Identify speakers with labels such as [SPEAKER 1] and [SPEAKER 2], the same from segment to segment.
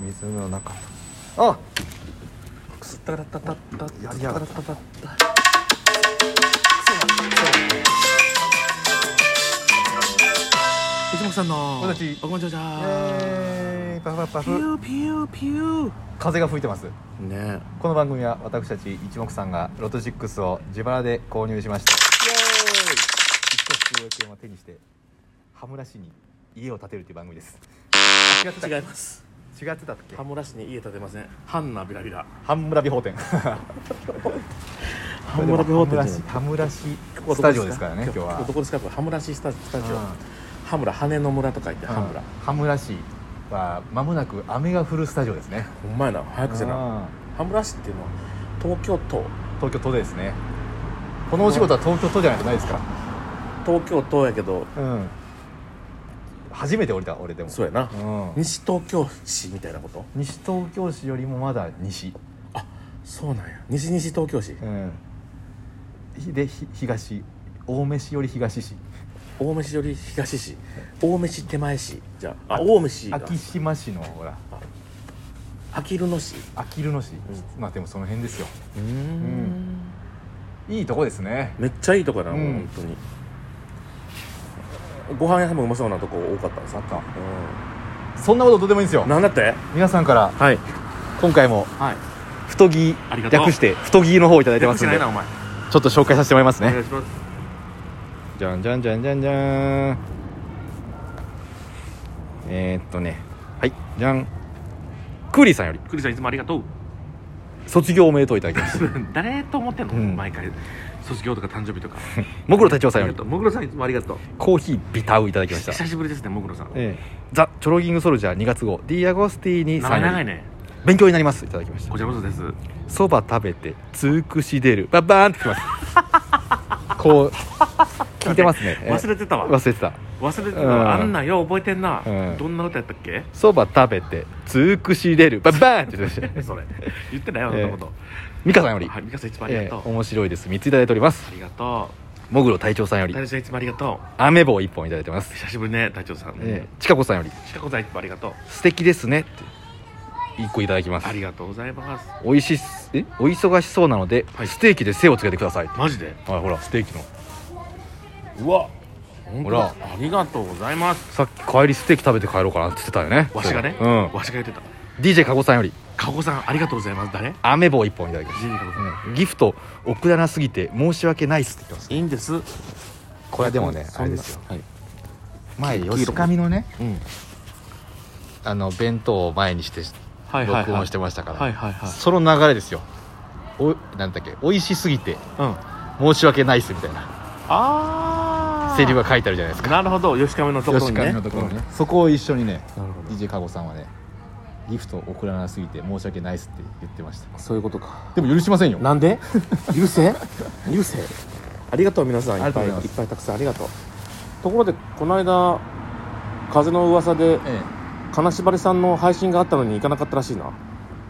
[SPEAKER 1] 水の中とあ
[SPEAKER 2] くすったらたたったった
[SPEAKER 1] やりやがった
[SPEAKER 2] たった藤本さんの
[SPEAKER 1] 同じ
[SPEAKER 2] おこんちゃちゃ
[SPEAKER 1] えー、パフパフパ
[SPEAKER 2] ピュ
[SPEAKER 1] フ
[SPEAKER 2] ーピューピュ
[SPEAKER 1] 風が吹いてます
[SPEAKER 2] ーね
[SPEAKER 1] この番組は私たち一目さんがロト6を自腹で購入しました一億円を手にして羽村市に家を建てるという番組です違ってた
[SPEAKER 2] え違
[SPEAKER 1] 違
[SPEAKER 2] います
[SPEAKER 1] ってたっけ
[SPEAKER 2] 羽村市に家建てませんハンナビラビラ
[SPEAKER 1] 半村美法店
[SPEAKER 2] ハンムラビホテル
[SPEAKER 1] 羽村市羽村市スタジオですからね今日は
[SPEAKER 2] どこですかこれハムラシスタジオ
[SPEAKER 1] うん
[SPEAKER 2] ハムラ羽の村と書いてハムラ
[SPEAKER 1] 羽村市はまもなく雨が降るスタジオですね
[SPEAKER 2] ほんまやな早くせな羽村市っていうのは東京都
[SPEAKER 1] 東京都ですねこのお仕事は東京都じゃないとないですか
[SPEAKER 2] 東京都やけど
[SPEAKER 1] うん初めて降りた俺でも
[SPEAKER 2] そうやな
[SPEAKER 1] うん、
[SPEAKER 2] 西東京市みたいなこと
[SPEAKER 1] 西東京市よりもまだ西、
[SPEAKER 2] そうなんや西西東京市
[SPEAKER 1] うん、ひでひ東青梅市より東市
[SPEAKER 2] 青梅市より東市青梅市手前市じゃああ青梅市が
[SPEAKER 1] 昭島市のほら
[SPEAKER 2] あきる野市
[SPEAKER 1] あきる野市、まあでもその辺ですよ
[SPEAKER 2] うーん
[SPEAKER 1] いいとこですね
[SPEAKER 2] めっちゃいいとこやな、
[SPEAKER 1] うん
[SPEAKER 2] 本当にご飯屋さんもうまそうなとこ多かったです
[SPEAKER 1] さっかそんなことどうでもいいんですよ
[SPEAKER 2] なんだって
[SPEAKER 1] 皆さんから
[SPEAKER 2] はい
[SPEAKER 1] 今回も
[SPEAKER 2] はい
[SPEAKER 1] 太着
[SPEAKER 2] ありがとう
[SPEAKER 1] 略して太着の方をいただいてますんでちょ
[SPEAKER 2] お前
[SPEAKER 1] っと紹介させてもらいますね
[SPEAKER 2] いします
[SPEAKER 1] じゃんじゃんじゃんじゃんじゃーんえー、っとねはいじゃんクーリーさんより
[SPEAKER 2] クリさんいつもありがとう
[SPEAKER 1] 卒業おめでとういただきました
[SPEAKER 2] 誰と思ってんの、
[SPEAKER 1] うん
[SPEAKER 2] 毎回卒業とか誕生日とか
[SPEAKER 1] もぐろ隊長さん
[SPEAKER 2] あ
[SPEAKER 1] よ
[SPEAKER 2] り
[SPEAKER 1] り
[SPEAKER 2] がとうもぐろさんいつもありがとう
[SPEAKER 1] コーヒービタウいただきました
[SPEAKER 2] 久しぶりですねもぐろさん
[SPEAKER 1] ええザ・チョロギングソルジャー2月号 D アゴスティーニ
[SPEAKER 2] 名
[SPEAKER 1] さん
[SPEAKER 2] 前
[SPEAKER 1] より
[SPEAKER 2] 長いね
[SPEAKER 1] 勉強になりますいただきました
[SPEAKER 2] こちらこそです
[SPEAKER 1] そば食べてつくし出るバッバーンってきます こう聞いてますね、ええ
[SPEAKER 2] 忘れてたわ
[SPEAKER 1] 忘れてた
[SPEAKER 2] 忘れてた
[SPEAKER 1] うん
[SPEAKER 2] わあんなんよう覚えてんな、
[SPEAKER 1] うん
[SPEAKER 2] どんな歌やったっけ
[SPEAKER 1] そば食べてつくし出るバッバーンって言ってました
[SPEAKER 2] えそれ言ってないよそんなこと、
[SPEAKER 1] 美香さんより、
[SPEAKER 2] はい美香さんいつもありが
[SPEAKER 1] ええ
[SPEAKER 2] とう、
[SPEAKER 1] 面白いです3ついただいております
[SPEAKER 2] ありがと
[SPEAKER 1] もぐろ隊長さんよ
[SPEAKER 2] う
[SPEAKER 1] り
[SPEAKER 2] 大将さんいつもありがとう
[SPEAKER 1] アメ棒1本いただいてます
[SPEAKER 2] 久しぶりね大将さん
[SPEAKER 1] ええちかこさんより
[SPEAKER 2] しかこさんいつもありがとう
[SPEAKER 1] 素敵ですねって1個いただきます
[SPEAKER 2] ありがとうございます
[SPEAKER 1] おいしいえお忙しそうなので、ステーキで背をつけてくださいあ
[SPEAKER 2] マジで
[SPEAKER 1] ほらステーキの
[SPEAKER 2] うわほ
[SPEAKER 1] ほ
[SPEAKER 2] ら
[SPEAKER 1] ら
[SPEAKER 2] ありがとうございます
[SPEAKER 1] さっき帰りステーキ食べて帰ろうかなって言ってたよね
[SPEAKER 2] わしがね、
[SPEAKER 1] そううん
[SPEAKER 2] わしが言ってた
[SPEAKER 1] DJ かごさんより
[SPEAKER 2] かごさんありがとうございます誰
[SPEAKER 1] アメ棒1本いただきまし
[SPEAKER 2] ジェニーかごさん、
[SPEAKER 1] た、うんギフト送らなすぎて申し訳ないっすって言ってます
[SPEAKER 2] いいんです
[SPEAKER 1] これでもね
[SPEAKER 2] そんな
[SPEAKER 1] あれですよ
[SPEAKER 2] はい
[SPEAKER 1] 前吉上のね
[SPEAKER 2] うん
[SPEAKER 1] あの弁当を前にして
[SPEAKER 2] はいはいはい
[SPEAKER 1] 録音してましたから、
[SPEAKER 2] はいはいはい
[SPEAKER 1] その流れですよおなんだっけ美味しすぎて
[SPEAKER 2] うん
[SPEAKER 1] 申し訳ないっすみたいな
[SPEAKER 2] ああ
[SPEAKER 1] セリフが書いてあるじゃないですか
[SPEAKER 2] なるほど吉亀のところに
[SPEAKER 1] 吉
[SPEAKER 2] ね
[SPEAKER 1] 上のところね、そこを一緒にね
[SPEAKER 2] うんなるほど
[SPEAKER 1] DJ かごさんはねギフト送らなすぎて申し訳ないっすって言ってました
[SPEAKER 2] そういうことか
[SPEAKER 1] でも許しませんよ
[SPEAKER 2] な んで優勢優勢ありがとう皆さん
[SPEAKER 1] あり
[SPEAKER 2] い
[SPEAKER 1] が
[SPEAKER 2] っ
[SPEAKER 1] と
[SPEAKER 2] ぱ
[SPEAKER 1] うご
[SPEAKER 2] い
[SPEAKER 1] ざいま
[SPEAKER 2] い
[SPEAKER 1] す
[SPEAKER 2] っぱいたくさんありがとうところでこの間風の噂で
[SPEAKER 1] ええ
[SPEAKER 2] 金縛りさんの配信があったのに行かなかったらしいな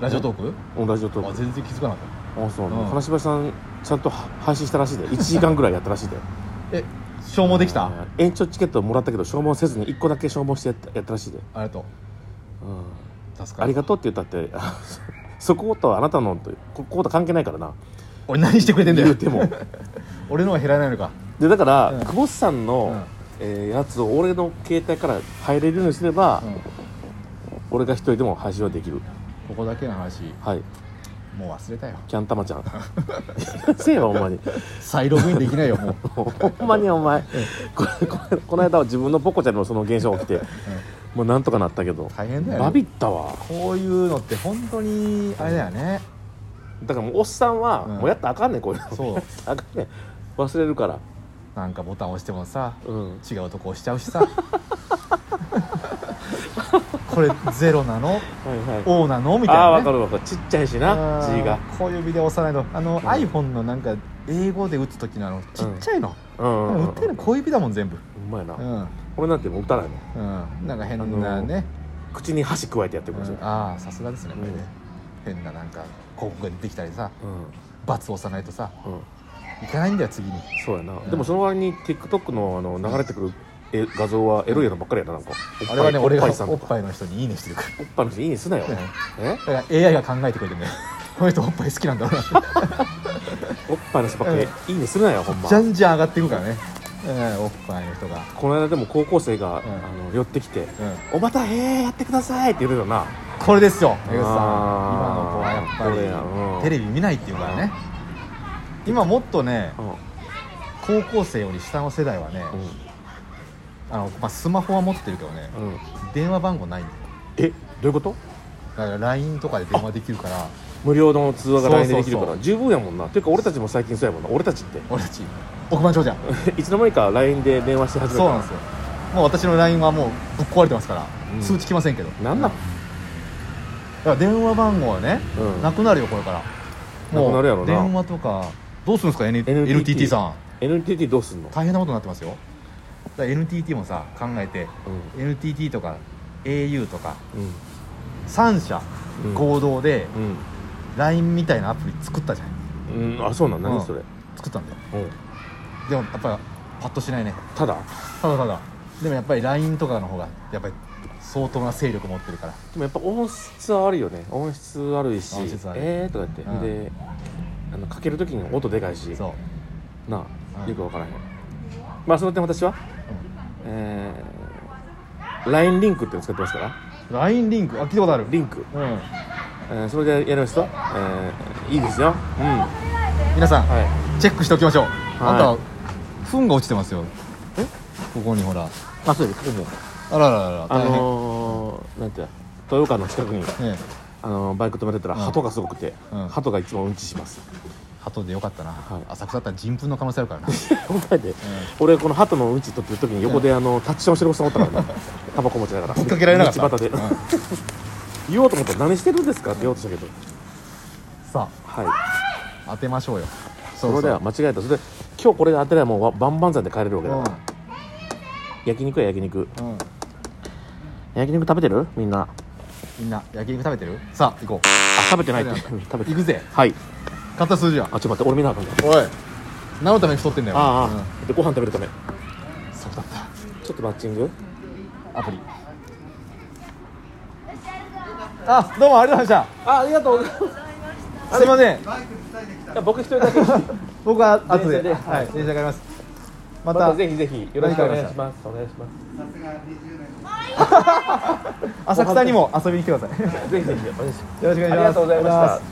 [SPEAKER 1] ラジオトーク
[SPEAKER 2] オンラジオトー
[SPEAKER 1] あ
[SPEAKER 2] ク
[SPEAKER 1] 全然気づかなかっ
[SPEAKER 2] あそう、
[SPEAKER 1] うん
[SPEAKER 2] 金縛りさんちゃんとは配信したらしいで1 時間ぐらいやったらしいで
[SPEAKER 1] たえ消耗できたあ
[SPEAKER 2] 延長チケットもらったけど消耗せずに1個だけ消耗してやったやったらしいで、
[SPEAKER 1] りがとう
[SPEAKER 2] うん
[SPEAKER 1] 助かる
[SPEAKER 2] ありがとうって言ったってあそ ことはあなたのとこことは関係ないからな
[SPEAKER 1] 俺何してくれてんだ
[SPEAKER 2] 言
[SPEAKER 1] よ
[SPEAKER 2] うても
[SPEAKER 1] 俺のは減らないのか
[SPEAKER 2] でだから、
[SPEAKER 1] うん
[SPEAKER 2] 久保田さんの、
[SPEAKER 1] うん
[SPEAKER 2] えーやつを俺の携帯から入れるようにすれば、
[SPEAKER 1] うん
[SPEAKER 2] 俺が一人でも配信はできる
[SPEAKER 1] ここだけの話
[SPEAKER 2] はい
[SPEAKER 1] もう忘れたよ
[SPEAKER 2] キャンタ マちゃんせえよほんまに
[SPEAKER 1] 再ログインできないよもう
[SPEAKER 2] ほんまにお前これこれこの間は自分のポコちゃんにもその現象起きて、もうなんとかなったけど
[SPEAKER 1] 大変だよね
[SPEAKER 2] バビったわ
[SPEAKER 1] こういうのって本当にあれだよね
[SPEAKER 2] だからもうおっさんは、
[SPEAKER 1] うん
[SPEAKER 2] もうやったらあかんねんこういうの
[SPEAKER 1] そう
[SPEAKER 2] あかんねん忘れるから
[SPEAKER 1] なんかボタン押してもさ
[SPEAKER 2] うん
[SPEAKER 1] 違うとこ押しちゃう しさこれゼロなの
[SPEAKER 2] はいはい
[SPEAKER 1] オーなのみたいな、ね、
[SPEAKER 2] ああわかるわかるちっちゃいしな
[SPEAKER 1] あー
[SPEAKER 2] 字が
[SPEAKER 1] 小指で押さないとあの、
[SPEAKER 2] ん
[SPEAKER 1] iPhone のなんか英語で打つ時なのちっちゃいの、
[SPEAKER 2] うんうんうん
[SPEAKER 1] 打ってるの小指だもん全部
[SPEAKER 2] ほんまやな、
[SPEAKER 1] うん、うん、
[SPEAKER 2] 俺なんてもう打たないもん
[SPEAKER 1] なんか変なね、
[SPEAKER 2] 口に箸加えてやってく
[SPEAKER 1] う
[SPEAKER 2] ださい、
[SPEAKER 1] んああさすがですねこれね、変ななんか広告が出てきたりさ
[SPEAKER 2] うん
[SPEAKER 1] 罰押さないとさ
[SPEAKER 2] うん
[SPEAKER 1] いかないんだよ次に
[SPEAKER 2] そうやな、
[SPEAKER 1] うん
[SPEAKER 2] でもその割に TikTok のあの流れてくるえ画像はエロいのばっかりやななんか
[SPEAKER 1] あれはね俺が
[SPEAKER 2] おっぱいさん
[SPEAKER 1] お
[SPEAKER 2] と
[SPEAKER 1] っ
[SPEAKER 2] か
[SPEAKER 1] ぱいの人に「いいね」してるから
[SPEAKER 2] おっぱいの人いいねすなよえ
[SPEAKER 1] だから AI が考えてくれてねこの人おっぱい好きなんだろうなって
[SPEAKER 2] おっぱいの人ばっかりいいねすなよほんま
[SPEAKER 1] じゃんじゃん上がっていくからね、うん、おっぱいの人が、
[SPEAKER 2] この間でも高校生が、
[SPEAKER 1] うん
[SPEAKER 2] あの寄ってきて
[SPEAKER 1] うん、
[SPEAKER 2] 「おまたへえやってください」って言うてたな
[SPEAKER 1] これですよ江口さん今の
[SPEAKER 2] あー
[SPEAKER 1] 子はや
[SPEAKER 2] これやう
[SPEAKER 1] っぱ
[SPEAKER 2] ん
[SPEAKER 1] りテレビ見ないっていうからね今もっとね
[SPEAKER 2] うん、
[SPEAKER 1] 高校生より下の世代はねあの、まあ、スマホは持ってるけどね
[SPEAKER 2] うんうん、
[SPEAKER 1] 電話番号ないんだよ
[SPEAKER 2] えどういうこと
[SPEAKER 1] だから LINE とかで電話できるから
[SPEAKER 2] 無料の通話
[SPEAKER 1] そうそ
[SPEAKER 2] が
[SPEAKER 1] う
[SPEAKER 2] LINE でできるから
[SPEAKER 1] そう
[SPEAKER 2] 十分やもんなっていうか俺たちも最近そうやもんな俺たちって
[SPEAKER 1] 俺たち億万長者
[SPEAKER 2] いつの間にか LINE で電話して始めた
[SPEAKER 1] そうなんですよもう私の LINE はもうぶっ壊れてますから、
[SPEAKER 2] うん
[SPEAKER 1] 通知来ませんけど
[SPEAKER 2] なんな
[SPEAKER 1] だ
[SPEAKER 2] ん
[SPEAKER 1] から電話番号はね、
[SPEAKER 2] うん
[SPEAKER 1] なくなるよこれから
[SPEAKER 2] なくなるやろな
[SPEAKER 1] 電話とかどうするんですか N-
[SPEAKER 2] NTT
[SPEAKER 1] LTT さん
[SPEAKER 2] NTT どうすんの、
[SPEAKER 1] 大変なことになってますよだから NTT もさ考えて
[SPEAKER 2] う
[SPEAKER 1] NTT とか au とか
[SPEAKER 2] んうん
[SPEAKER 1] 3社
[SPEAKER 2] うん
[SPEAKER 1] 合同で
[SPEAKER 2] うん
[SPEAKER 1] LINE みたいなアプリ作ったじゃん
[SPEAKER 2] うん、あそうなん
[SPEAKER 1] うん
[SPEAKER 2] 何それ、
[SPEAKER 1] 作ったんだよ
[SPEAKER 2] うん、
[SPEAKER 1] でもやっぱパッとしないね
[SPEAKER 2] ただ
[SPEAKER 1] ただただでもやっぱり LINE とかの方がやっぱり相当な勢力持ってるから
[SPEAKER 2] でもやっぱ音質はあるよね音質悪いし
[SPEAKER 1] 音質悪い
[SPEAKER 2] えーとか言って、
[SPEAKER 1] うん
[SPEAKER 2] であのかけるときに音でかいし
[SPEAKER 1] そう、
[SPEAKER 2] なあ、
[SPEAKER 1] うん
[SPEAKER 2] よくわからへんまあその点私は
[SPEAKER 1] う
[SPEAKER 2] えー LINE リンクっていうのを使ってますから
[SPEAKER 1] ん、LINE リンクあ聞いたことある
[SPEAKER 2] リンク、
[SPEAKER 1] うん、
[SPEAKER 2] えーそれでやりますと、えーいいですようんは
[SPEAKER 1] 皆さん、
[SPEAKER 2] い
[SPEAKER 1] チェックしておきましょう、あ
[SPEAKER 2] は
[SPEAKER 1] んた糞が落ちてますよえここにほら
[SPEAKER 2] あそうですね
[SPEAKER 1] あらららら
[SPEAKER 2] あ
[SPEAKER 1] 大変、
[SPEAKER 2] のー、なんていうの豊川の近くに、
[SPEAKER 1] ね
[SPEAKER 2] あのーバイク止めてたら
[SPEAKER 1] うん
[SPEAKER 2] 鳩がすごくて、
[SPEAKER 1] うん
[SPEAKER 2] 鳩がいつもうんち します
[SPEAKER 1] 鳩でよかったな、
[SPEAKER 2] はい
[SPEAKER 1] 浅草だったら人糞の可能性あるから な
[SPEAKER 2] 本当やで、俺この鳩のうんち取ってる時に横であのタッチションしてるおっさんおった からねタバコ持ちながら
[SPEAKER 1] ぶっかけられなかった
[SPEAKER 2] 道端で、
[SPEAKER 1] うん
[SPEAKER 2] 言おうと思ったら何してるんですかって言おうとしたけど
[SPEAKER 1] さ
[SPEAKER 2] はい
[SPEAKER 1] あ当てましょうよ
[SPEAKER 2] それでは間違えたそれで今日これで当てればもう万々歳で帰れるわけだから、焼肉や焼肉
[SPEAKER 1] うん、うん、
[SPEAKER 2] 焼肉食べてるみんな
[SPEAKER 1] みんな焼肉食べてるさあ行こう
[SPEAKER 2] あ食べてないって
[SPEAKER 1] 食べ
[SPEAKER 2] 食べて
[SPEAKER 1] 行くぜ
[SPEAKER 2] はい
[SPEAKER 1] 買った数字は
[SPEAKER 2] あちょっと待って俺見なあかんから
[SPEAKER 1] おい何のために太ってんだよ
[SPEAKER 2] ああああ、でご飯食べるため
[SPEAKER 1] うんそうだっ
[SPEAKER 2] ちょっとマッチング
[SPEAKER 1] たアプリあどうもありがとうございまし
[SPEAKER 2] あありがとうござい
[SPEAKER 1] たすいません
[SPEAKER 2] ます僕一人 だけ
[SPEAKER 1] 僕は後で
[SPEAKER 2] 電車で
[SPEAKER 1] はい、電車がありますま
[SPEAKER 2] ま
[SPEAKER 1] た
[SPEAKER 2] たぜひぜひよろしくお願いしますお願いします
[SPEAKER 1] 浅草にも遊びに来てくださいよ
[SPEAKER 2] ぜひぜひお願いし ます
[SPEAKER 1] ろしくお願いします
[SPEAKER 2] ありがとうございました
[SPEAKER 1] あり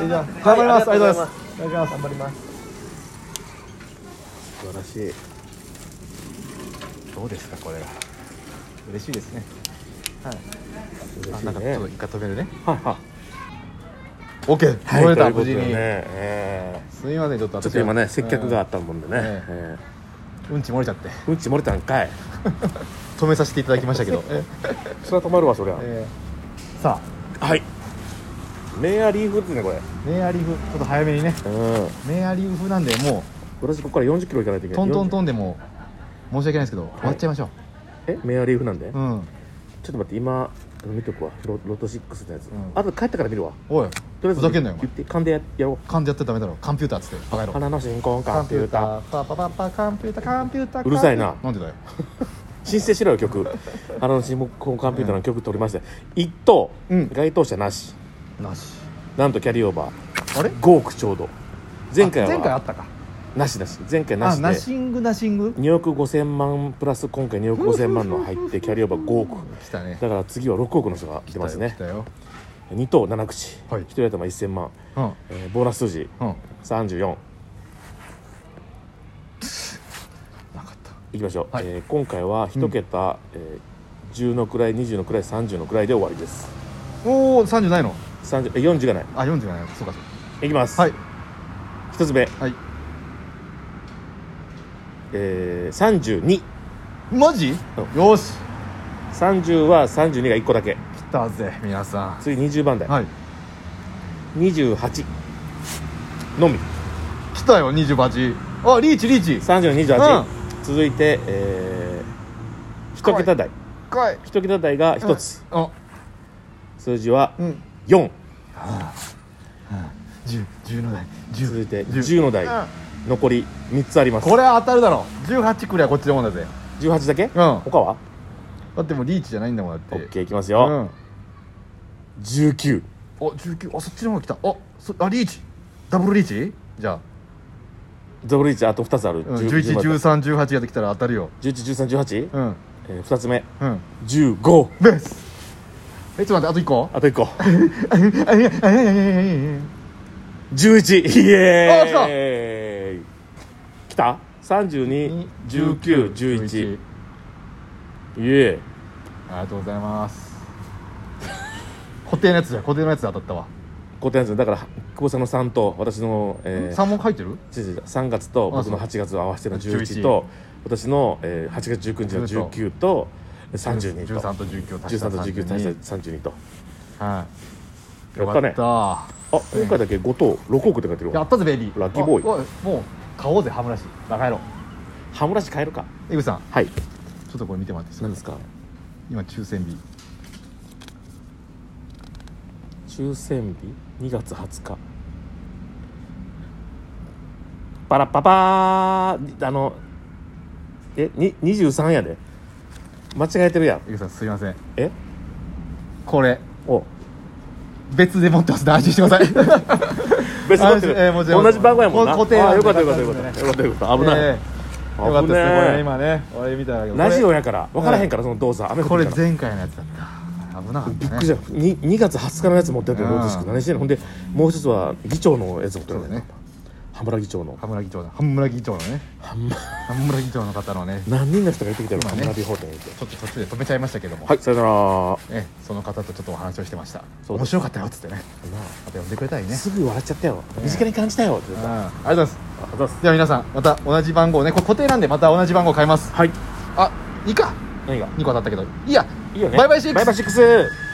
[SPEAKER 1] がとうございますじゃあ頑張ります、
[SPEAKER 2] はい
[SPEAKER 1] ありが
[SPEAKER 2] あ
[SPEAKER 1] と
[SPEAKER 2] り
[SPEAKER 1] うござ
[SPEAKER 2] が
[SPEAKER 1] いま
[SPEAKER 2] と
[SPEAKER 1] すいただきます頑張ります
[SPEAKER 2] 素晴らしい
[SPEAKER 1] どうですかこれが嬉しいですねはい
[SPEAKER 2] 嬉
[SPEAKER 1] あ
[SPEAKER 2] しい
[SPEAKER 1] なんかちょっと
[SPEAKER 2] ね
[SPEAKER 1] 一回止めるね
[SPEAKER 2] はいはい
[SPEAKER 1] OK
[SPEAKER 2] はい
[SPEAKER 1] 取れた
[SPEAKER 2] と
[SPEAKER 1] 無事
[SPEAKER 2] いうこと
[SPEAKER 1] に
[SPEAKER 2] でねえ
[SPEAKER 1] すみませんちょっと
[SPEAKER 2] ー
[SPEAKER 1] 私
[SPEAKER 2] ち
[SPEAKER 1] は
[SPEAKER 2] ょっと今ね接客があっ
[SPEAKER 1] うん
[SPEAKER 2] たもんでね
[SPEAKER 1] え
[SPEAKER 2] え
[SPEAKER 1] うんち漏れちゃって
[SPEAKER 2] ーうんち漏れたんかい
[SPEAKER 1] 止めさせていただきましたけどえ
[SPEAKER 2] それは止まるわそりゃ
[SPEAKER 1] えさ
[SPEAKER 2] はいメアリーフですねこれ
[SPEAKER 1] あメアリーフちょっと早めにね
[SPEAKER 2] うん
[SPEAKER 1] メアリーフなんでも
[SPEAKER 2] 私ここから40キロ行かないといけ
[SPEAKER 1] う
[SPEAKER 2] な
[SPEAKER 1] トン
[SPEAKER 2] い
[SPEAKER 1] トン
[SPEAKER 2] ン
[SPEAKER 1] トンでも申し訳ないですけど終わっちゃいましょう
[SPEAKER 2] えメアリーフなんで、ちょ
[SPEAKER 1] うん
[SPEAKER 2] っと待って今あの見とくわロロト6のやつ、
[SPEAKER 1] ん
[SPEAKER 2] あと帰ってから見るわ
[SPEAKER 1] おい
[SPEAKER 2] とりあえず
[SPEAKER 1] ふざけんなよお
[SPEAKER 2] 言
[SPEAKER 1] 前
[SPEAKER 2] って勘でややろう
[SPEAKER 1] 勘でやってダメだろカンピューターっつってバカ野郎
[SPEAKER 2] 花の新婚
[SPEAKER 1] カ
[SPEAKER 2] か
[SPEAKER 1] ン
[SPEAKER 2] って
[SPEAKER 1] ピ
[SPEAKER 2] い
[SPEAKER 1] ュー
[SPEAKER 2] う
[SPEAKER 1] タ
[SPEAKER 2] 歌
[SPEAKER 1] ーパパパパカンピューターカンピューター
[SPEAKER 2] うるさいな
[SPEAKER 1] カンピューターなんでだよ
[SPEAKER 2] 申請しろ よ曲花の新婚カンピューターの曲取りまして一等、
[SPEAKER 1] うん
[SPEAKER 2] 該当者なし
[SPEAKER 1] なし
[SPEAKER 2] なんとキャリーオーバー
[SPEAKER 1] あれ
[SPEAKER 2] 5億ちょうど前回は
[SPEAKER 1] あ前回あったか
[SPEAKER 2] なしなし前回な
[SPEAKER 1] あ
[SPEAKER 2] しで
[SPEAKER 1] ナシングナシング
[SPEAKER 2] 2億5000万プラス今回2億5000万の入ってキャリーオーバー5億
[SPEAKER 1] 来たね
[SPEAKER 2] だから次は6億の人が来てますね
[SPEAKER 1] 来たよ
[SPEAKER 2] 2等7口、
[SPEAKER 1] はい
[SPEAKER 2] 1人頭1000万、
[SPEAKER 1] 来たよ
[SPEAKER 2] えーボーナス数字
[SPEAKER 1] うんうん
[SPEAKER 2] 34
[SPEAKER 1] なかった
[SPEAKER 2] いきましょう、
[SPEAKER 1] はい
[SPEAKER 2] えー今回は1桁、えー10の位20の位30の位で終わりです
[SPEAKER 1] おお30ないの
[SPEAKER 2] 30え40がない
[SPEAKER 1] あ40がないのそうかそう
[SPEAKER 2] いきます、
[SPEAKER 1] かはい
[SPEAKER 2] 一つ目、
[SPEAKER 1] はい
[SPEAKER 2] えー、
[SPEAKER 1] マジ
[SPEAKER 2] う
[SPEAKER 1] よし
[SPEAKER 2] 3230は32が1個だけ
[SPEAKER 1] 来たぜ皆さ
[SPEAKER 2] 次20番台、
[SPEAKER 1] んはい
[SPEAKER 2] 28のみ
[SPEAKER 1] 来たよ28あリーチリーチ
[SPEAKER 2] 30の28、
[SPEAKER 1] うん
[SPEAKER 2] 続いて、えー、1桁台
[SPEAKER 1] かい
[SPEAKER 2] 1桁台が1つ、
[SPEAKER 1] あ
[SPEAKER 2] 数字は
[SPEAKER 1] うん
[SPEAKER 2] 4
[SPEAKER 1] 10 10の台10
[SPEAKER 2] 続いて10の台
[SPEAKER 1] うん
[SPEAKER 2] 残り3つあります
[SPEAKER 1] これは当たるだろ18くりゃこっちのもんだぜ
[SPEAKER 2] 18だけ
[SPEAKER 1] だ
[SPEAKER 2] 他は
[SPEAKER 1] ってもうリーチじゃないんだもんだって
[SPEAKER 2] ?OK いきます
[SPEAKER 1] う
[SPEAKER 2] よ、
[SPEAKER 1] ん
[SPEAKER 2] 19
[SPEAKER 1] お19あそっちの方が来たあそあリーチダブルリーチじゃあ、
[SPEAKER 2] ダブルリーチあと2つある、
[SPEAKER 1] うん、111318やってきたら当たるよ
[SPEAKER 2] 111318、
[SPEAKER 1] うん
[SPEAKER 2] えー、2つ目
[SPEAKER 1] うん
[SPEAKER 2] 15
[SPEAKER 1] ベースえちょっと待ってあと1個
[SPEAKER 2] あと1個
[SPEAKER 1] あいやいやいやいやいやいや
[SPEAKER 2] 11イ
[SPEAKER 1] あ来た
[SPEAKER 2] エーイ来た ?321911 イエーイ
[SPEAKER 1] ありがとうございます固定のやつじゃ固定のやつで当たったわ、
[SPEAKER 2] こうやってやつだから久保さんの3と私の、えー
[SPEAKER 1] 三3本入ってる
[SPEAKER 2] 違う違う3月と僕の
[SPEAKER 1] あそう
[SPEAKER 2] 8月を合わせての
[SPEAKER 1] 11
[SPEAKER 2] 11と私の、えー、8月19日の19と32と
[SPEAKER 1] 13と19を足した
[SPEAKER 2] 13と19対
[SPEAKER 1] 32
[SPEAKER 2] 32と
[SPEAKER 1] はい
[SPEAKER 2] や
[SPEAKER 1] よ
[SPEAKER 2] っ
[SPEAKER 1] か
[SPEAKER 2] た
[SPEAKER 1] っ
[SPEAKER 2] ね
[SPEAKER 1] た
[SPEAKER 2] あ今回だけ5と6億って書いてる
[SPEAKER 1] や
[SPEAKER 2] わ
[SPEAKER 1] ったぜベイビー
[SPEAKER 2] ラッキーボーイ
[SPEAKER 1] あおいもう買おうぜハムラシバカ野郎
[SPEAKER 2] 歯ブラシ変えるか
[SPEAKER 1] 井口さんち
[SPEAKER 2] はい
[SPEAKER 1] ょっとこれ見てもらっていいですか
[SPEAKER 2] 何ですか
[SPEAKER 1] 今抽選日
[SPEAKER 2] 抽選日2月20日パラッパパーあのえに23やで間違えてるやん
[SPEAKER 1] 井口さんすいません
[SPEAKER 2] え
[SPEAKER 1] これ
[SPEAKER 2] お
[SPEAKER 1] 別で持ってますんで安心してください
[SPEAKER 2] 別に持ってる
[SPEAKER 1] あえーもちろん
[SPEAKER 2] 同じ番号やもんな
[SPEAKER 1] 固定
[SPEAKER 2] あ
[SPEAKER 1] なんで
[SPEAKER 2] よかったよかったよかった
[SPEAKER 1] ね
[SPEAKER 2] よかったよかった危ない、
[SPEAKER 1] ええよかった
[SPEAKER 2] 危
[SPEAKER 1] で
[SPEAKER 2] ね
[SPEAKER 1] すねこれ
[SPEAKER 2] え
[SPEAKER 1] 今ね俺見たら
[SPEAKER 2] ラジオやから分からへんからその動作雨
[SPEAKER 1] こ
[SPEAKER 2] 降っ
[SPEAKER 1] れ
[SPEAKER 2] てるか
[SPEAKER 1] 前
[SPEAKER 2] ら
[SPEAKER 1] 回のやつだった危なかった、ね、
[SPEAKER 2] びっくりしたに 2, 月20日のやつ持ってるけど
[SPEAKER 1] うん
[SPEAKER 2] ローズ何してんのほんでもう一つは議長のやつ持ってる
[SPEAKER 1] そうだね
[SPEAKER 2] 羽村議長の
[SPEAKER 1] 羽村議長の羽村議長のね
[SPEAKER 2] 羽村
[SPEAKER 1] 羽村議長の方のね
[SPEAKER 2] 何人の人が出てきたの
[SPEAKER 1] まあ
[SPEAKER 2] 羽
[SPEAKER 1] ね
[SPEAKER 2] 村美法店に行って
[SPEAKER 1] ちょっと途中で止めちゃいましたけども、
[SPEAKER 2] はいさよなら
[SPEAKER 1] ね、その方とちょっとお話をしてました
[SPEAKER 2] そうです
[SPEAKER 1] 面白かったよっつってねまた呼んでくれたりね
[SPEAKER 2] すぐ笑っちゃったよ身近に感じたよって
[SPEAKER 1] う
[SPEAKER 2] 言っ
[SPEAKER 1] ん
[SPEAKER 2] て
[SPEAKER 1] ありがとうございます
[SPEAKER 2] た
[SPEAKER 1] では皆さんまた同じ番号ねこれ固定なんでまた同じ番号変えます
[SPEAKER 2] はい
[SPEAKER 1] あいいか
[SPEAKER 2] 何が
[SPEAKER 1] 2個当たったけどいいや
[SPEAKER 2] いいよね
[SPEAKER 1] バイバイシックス
[SPEAKER 2] バイバイシックス